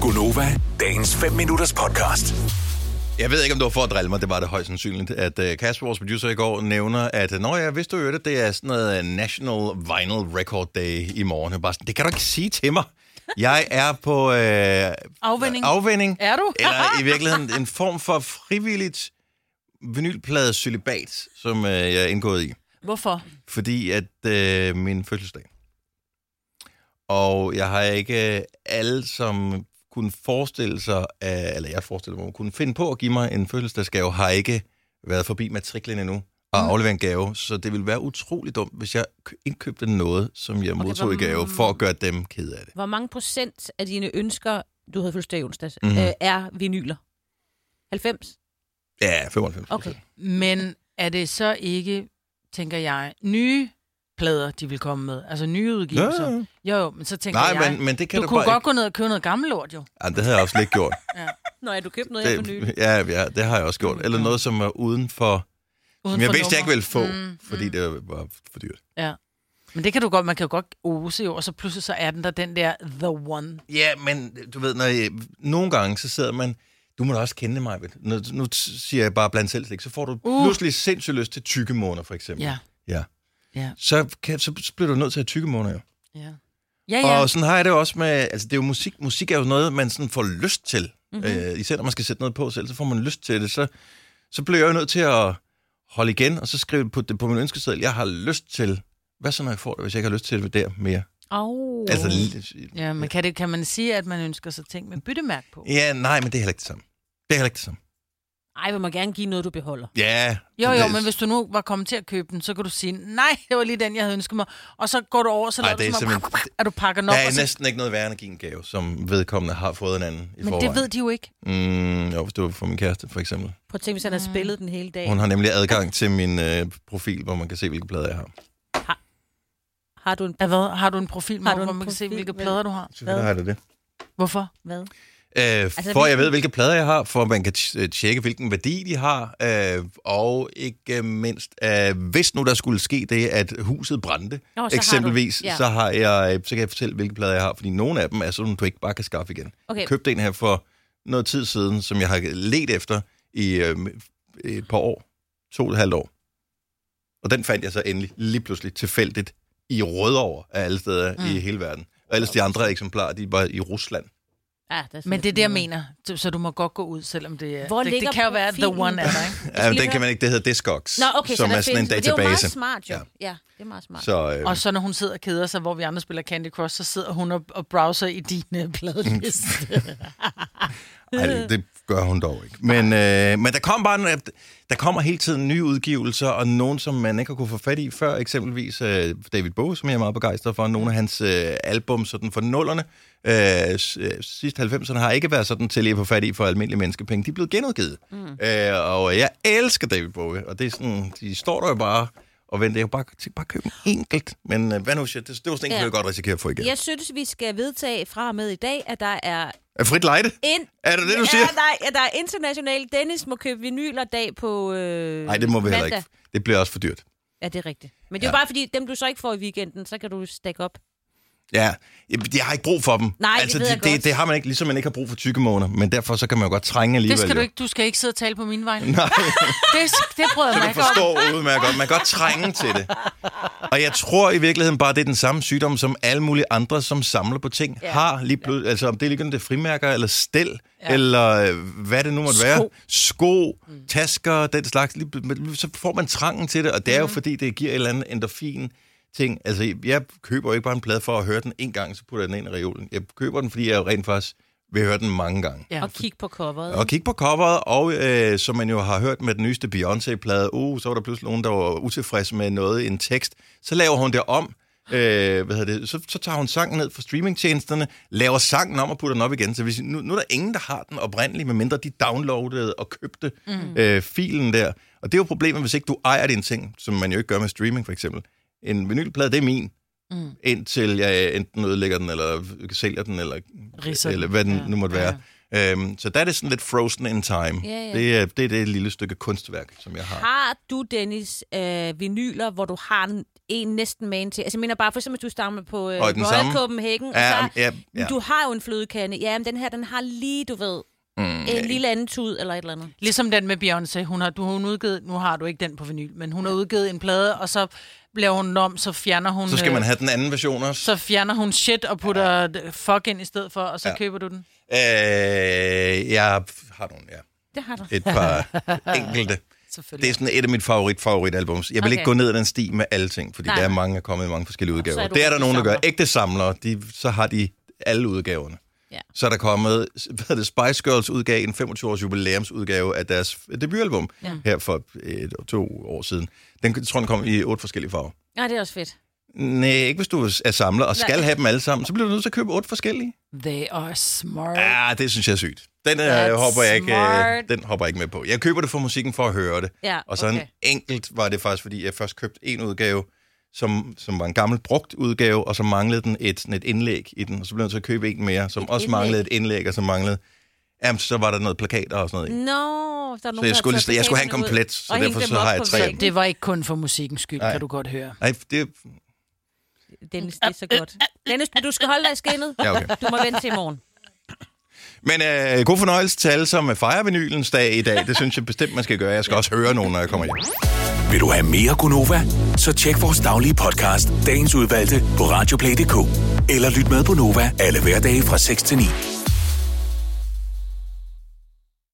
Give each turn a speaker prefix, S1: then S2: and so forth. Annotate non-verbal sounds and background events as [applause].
S1: Gunova, dagens 5 minutters podcast.
S2: Jeg ved ikke, om det var for at drille mig, det var det højst sandsynligt, at øh, Kasper, vores producer i går, nævner, at øh, Nå ja, hvis du hørte, det er sådan noget øh, National Vinyl Record Day i morgen. Jeg er Bare sådan, det kan du ikke sige til mig. Jeg er på øh,
S3: Afvinding.
S2: afvending.
S3: Er du?
S2: Eller
S3: [laughs]
S2: i virkeligheden en form for frivilligt vinylplade celibat, som øh, jeg er indgået i.
S3: Hvorfor?
S2: Fordi at øh, min fødselsdag. Og jeg har ikke øh, alle, som kunne forestille sig, øh, eller jeg forestiller mig, kunne finde på at give mig en fødselsdagsgave, har ikke været forbi matriklen endnu og
S4: Mm.
S2: aflevere en gave. Så det ville være utrolig dumt, hvis jeg kø- indkøbte noget, som jeg modtog i
S3: hvor-
S2: gave, for at gøre dem ked af det.
S3: Hvor mange procent af dine ønsker, du havde fødselsdag i onsdags,
S2: Mhm.
S3: mm-hmm. øh, er vinyler? 90?
S2: Ja, 95
S3: Okay.
S4: Men er det så ikke, tænker jeg, nye plader, de vil komme med? Altså nye udgivelser?
S2: Ja,
S4: Ja,
S2: ja,
S4: ja. Jo, jo, men så tænker
S2: Nej,
S4: jeg,
S2: men, men det kan
S4: du,
S2: du,
S4: kunne
S2: bare
S4: godt
S2: ikke.
S4: gå ned og købe noget gammelt lort, jo.
S2: Ej, det havde jeg også lidt gjort.
S3: Nå, ja, du købte noget her på nylig.
S2: Det, ja, ja, det har jeg også gjort. Eller noget, som er uden for... Som
S4: Mm. Uden
S2: jeg
S4: for
S2: vidste, jeg ikke
S4: nummer.
S2: ville få,
S4: Mm,
S2: fordi
S4: mm.
S2: det var for dyrt.
S4: Men det kan du godt, man kan jo godt ose jo, og så pludselig så er den der den der The One.
S2: Ja, men du ved, når jeg, nogle gange, så sidder man... Du må da også kende mig, ved. Nu, nu t- siger jeg bare blandt selv slik, så får du uh.
S4: Uh.
S2: pludselig sindssygt lyst til tykke måneder, for eksempel.
S4: Ja.
S2: ja.
S4: Ja.
S2: Så, kan, så bliver du nødt til at have tykke måneder, jo.
S4: Ja, ja.
S2: Ja.
S4: ja.
S2: Og sådan har jeg det også med... Altså, det er jo musik. Musik er jo noget, man sådan får lyst til.
S4: Mhm.
S2: Mm-hmm. Øh, især når man skal sætte noget på selv, så får man lyst til det. Så, så bliver jeg jo nødt til at holde igen, og så skrive på, det på min ønskeseddel, jeg har lyst til... Hvad så, når jeg får det, hvis jeg ikke har lyst til det der mere?
S3: Oh.
S2: Altså, l-
S4: ja men kan, det, kan man sige, at man ønsker sig ting med byttemærke på?
S2: Ja, nej, men det er heller ikke det samme. Det er heller ikke det samme.
S3: Ej, vil man gerne give noget, du beholder.
S2: Ja.
S4: Jo,
S2: det
S4: jo,
S2: er-
S4: men hvis du nu var kommet til at købe den, så kan du sige, nej, det var lige den, jeg havde ønsket mig. Og så går du over, så
S2: Ej,
S4: laver du
S2: det er
S4: som om,
S2: simpelthen-
S4: at du pakker den op.
S2: Der er
S4: og så,
S2: næsten ikke noget værre at give en gave, som vedkommende har fået en anden i
S4: men
S2: forvejen.
S4: det ved de jo ikke.
S2: Mm, jo, hvis det var for min kæreste, for eksempel.
S3: Prøv at tænke, hvis han
S4: Mm.
S3: har spillet den hele dag.
S2: Hun har nemlig adgang til min øh, profil, hvor man kan se, hvilke plader jeg har.
S3: Har du en...
S4: Ja, hvad? Har du en profil,
S3: Har
S4: Morten,
S3: du en
S4: hvor man kan se,
S3: profil,
S4: hvilke
S3: vel?
S4: plader du har?
S2: Selvfølgelig har det det.
S4: Hvorfor?
S3: Hvad?
S2: Øh,
S3: Altså,
S2: altså, for jeg
S3: hvilken-
S2: ved, hvilke plader jeg har, for man kan t- øh, tjekke, hvilken værdi de har, øh, og ikke mindst, øh, hvis nu der skulle ske det, at huset brændte,
S3: Nå, så har du-
S2: eksempelvis,
S3: ja.
S2: så, har jeg, øh, så kan jeg fortælle, hvilke plader jeg har, fordi nogle af dem er sådan, du ikke bare kan skaffe igen.
S3: Okay.
S2: Jeg købte en her for noget tid siden, som jeg har let efter i øh, et par år, to og et halvt år. Og den fandt jeg så endelig, lige pludselig, tilfældigt, i Rødovre af alle steder mm. i hele verden. Og ellers de andre eksemplarer, de var i Rusland.
S3: Ja, Ah, der
S4: Men det er det, jeg mener. Så- Så du må godt gå ud, selvom det er...
S3: Hvor
S4: det,
S3: ligger
S4: det kan jo være, at the
S3: profilen?
S4: one er der, ikke?
S2: Ja, men
S3: lige
S2: Altså, den kan man ikke. Det hedder Discogs,
S3: Nå, okay,
S2: som
S3: så der
S2: er sådan en
S3: findes- Men Det er jo
S2: database.
S3: meget smart, jo.
S2: Ja.
S3: Ja, ja det er meget smart. Så.
S2: Så øh,
S4: Og så når hun sidder og keder sig, hvor vi andre spiller Candy Crush, så sidder hun og, og browser i din [laughs] øh,
S2: [laughs]
S4: pladeliste.
S2: ej, det- det gør hun dog ikke. Men, øh, men der, kom bare, en- der kommer hele tiden nye udgivelser, og nogen, som man ikke har kunne få fat i før. Eksempelvis øh, David Bowie, som jeg er meget begejstret for. Nogle af hans øh, album sådan for nullerne. Øh, s- øh, sidste 90'erne har ikke været sådan til at få fat i for almindelige menneskepenge. De er blevet genudgivet. Mm. Øh, og jeg elsker David Bowie, og det er sådan, de står der jo bare og venter. Jeg kunne bare, tænke, bare købe en enkelt. Men øh, hvad nu, shit, det, det var sådan en,
S3: Ja.
S2: jeg godt risikere at få igen.
S3: Jeg synes, vi skal vedtage fra og med i dag, at der er
S2: Er frit lejde?
S3: ind...
S2: Er det det, du
S3: ja,
S2: siger?
S3: der, er, der er international Dennis må købe vinyler dag på øh,
S2: Nej, det må vi heller
S3: mandag.
S2: ikke. Det bliver også for dyrt.
S3: Ja, det er rigtigt. Men det er jo bare fordi, dem du så ikke får i weekenden, så kan du stack op.
S2: Ja, Jamen, jeg har ikke brug for dem.
S3: Nej, det
S2: altså,
S3: ved jeg
S2: det, det,
S3: godt.
S2: det har man ikke, ligesom man ikke har brug for tykke måneder, men derfor så kan man jo godt trænge alligevel.
S4: Det skal du
S2: jo.
S4: ikke. Du skal ikke sidde og tale på min vej.
S2: Nej,
S4: Det, det prøver jeg mig
S2: jeg
S4: ikke om.
S2: forstår udmærket godt. Man kan godt trænge til det. Og jeg tror i virkeligheden bare, det er den samme sygdom, som alle mulige andre, som samler på ting, ja. har lige blød. Altså om det er ligegyldigt, det er frimærker, eller stel, ja. eller øh, hvad det nu måtte
S4: Sko. Mm.
S2: være. Sko, tasker, den slags. Lige, bl- men så får man trangen til det, og det er jo
S4: Mhm.
S2: fordi, det giver et eller andet endorfin ting. Altså, jeg køber jo ikke bare en plade for at høre den en gang, så putter jeg den ind i reolen. Jeg køber den, fordi jeg rent faktisk vil høre den mange gange.
S4: Ja.
S3: Og kigge på coveret.
S2: Øh, Og kigge på coveret, og øh, som man jo har hørt med den nyeste Beyoncé-plade, uh, så var der pludselig nogen, der var utilfredse med noget i en tekst. Så laver hun det om. Øh, hvad hedder det? Så, så tager hun sangen ned fra streamingtjenesterne, laver sangen om og putter den op igen. Så hvis, nu, nu er der ingen, der har den oprindeligt, medmindre de downloadede og købte mm. øh, filen der. Og det er jo problemet, hvis ikke du ejer din ting, som man jo ikke gør med streaming for eksempel. En vinylplade, det er min. Mm. Indtil jeg enten ødelægger den, eller sælger den, eller
S4: Ridser den.
S2: eller hvad den ja,
S4: Ja,
S2: nu måtte være. Øhm, så der er det sådan lidt frozen in time.
S3: Ja, ja.
S2: Det, er, det er det lille stykke kunstværk, som jeg har.
S3: Har du, Dennis, øh, vinyler, hvor du har en, en næsten man til? Altså, jeg mener bare, for eksempel, hvis du stammer på øh,
S2: Og den
S3: Royal
S2: samme?
S3: Copenhagen, og
S2: Ja,
S3: så,
S2: ja, ja.
S3: du har jo en flødekande. Ja, men den her, den har lige, du ved, mm, en lille anden tud eller et eller andet.
S4: Ligesom den med Beyoncé. Hun har, du, hun udgivet, nu har du ikke den på vinyl, men hun har udgivet en plade, og så laver hun den om, så fjerner hun...
S2: Så skal man
S4: øh,
S2: have den anden version også.
S4: så fjerner hun shit og putter ja. fuck ind i stedet for, og så
S2: Ja.
S4: ja. køber du den.
S2: Øh, jeg har nogle, ja.
S3: Det har du.
S2: Et
S3: [laughs]
S2: par enkelte.
S4: Selvfølgelig.
S2: Det er sådan et af mine favorit favoritalbums. Jeg vil okay. ikke
S3: Okay.
S2: gå ned ad den sti med alting, fordi Nej.
S3: Nej.
S2: der er mange, der er kommet i mange forskellige udgaver.
S3: er du
S2: det er der
S3: rigtig
S2: nogen, der gør.
S3: samler.
S2: Ægte samlere, de, så har de alle udgaverne.
S3: Ja.
S2: Så er der kommet, hvad er det, Spice Girls udgav en 25-års jubilæumsudgave af deres debutalbum ja. her for et, to år siden. Den jeg tror, den kom i otte forskellige farver.
S3: Nej, det er også fedt.
S2: Nej, ikke hvis du er samler og skal
S3: Nej.
S2: have dem alle sammen. Så bliver du nødt til at købe otte forskellige.
S4: They are smart.
S2: Ja, det synes jeg er sygt. Den øh,
S4: That's
S2: hopper jeg ikke, øh,
S4: smart.
S2: den hopper jeg ikke med på. Jeg køber det for musikken for at høre det.
S3: Ja,
S2: og så en
S3: okay.
S2: enkelt var det faktisk, fordi jeg først købte en udgave, som, som var en gammel brugt udgave, og så manglede den et, sådan et indlæg i den. Og så blev jeg nødt til at købe en mere, som
S3: Et
S2: også
S3: indlæg?
S2: manglede et indlæg, og så manglede... Jamen, så var der noget plakater og sådan noget. i.
S3: Nå, der er nogen,
S2: Så jeg skulle, lige- jeg skulle have en komplet, så derfor så har jeg tre. af dem.
S4: Det var ikke kun for musikkens skyld,
S2: Nej.
S4: kan du godt høre.
S2: Nej, det...
S3: Dennis, det er så godt. Dennis, du skal holde dig i skinnet.
S2: Ja, okay.
S3: Du må vente til i morgen.
S2: Men øh, god fornøjelse til alle, som fejrer vinylens dag i dag. Det synes jeg bestemt, man skal gøre. Jeg skal også høre nogen, når jeg kommer hjem.
S1: Vil du have mere Gunova? Så tjek vores daglige podcast, dagens udvalgte, på radioplay.dk. Eller lyt med på Nova alle hverdage fra 6 til 9.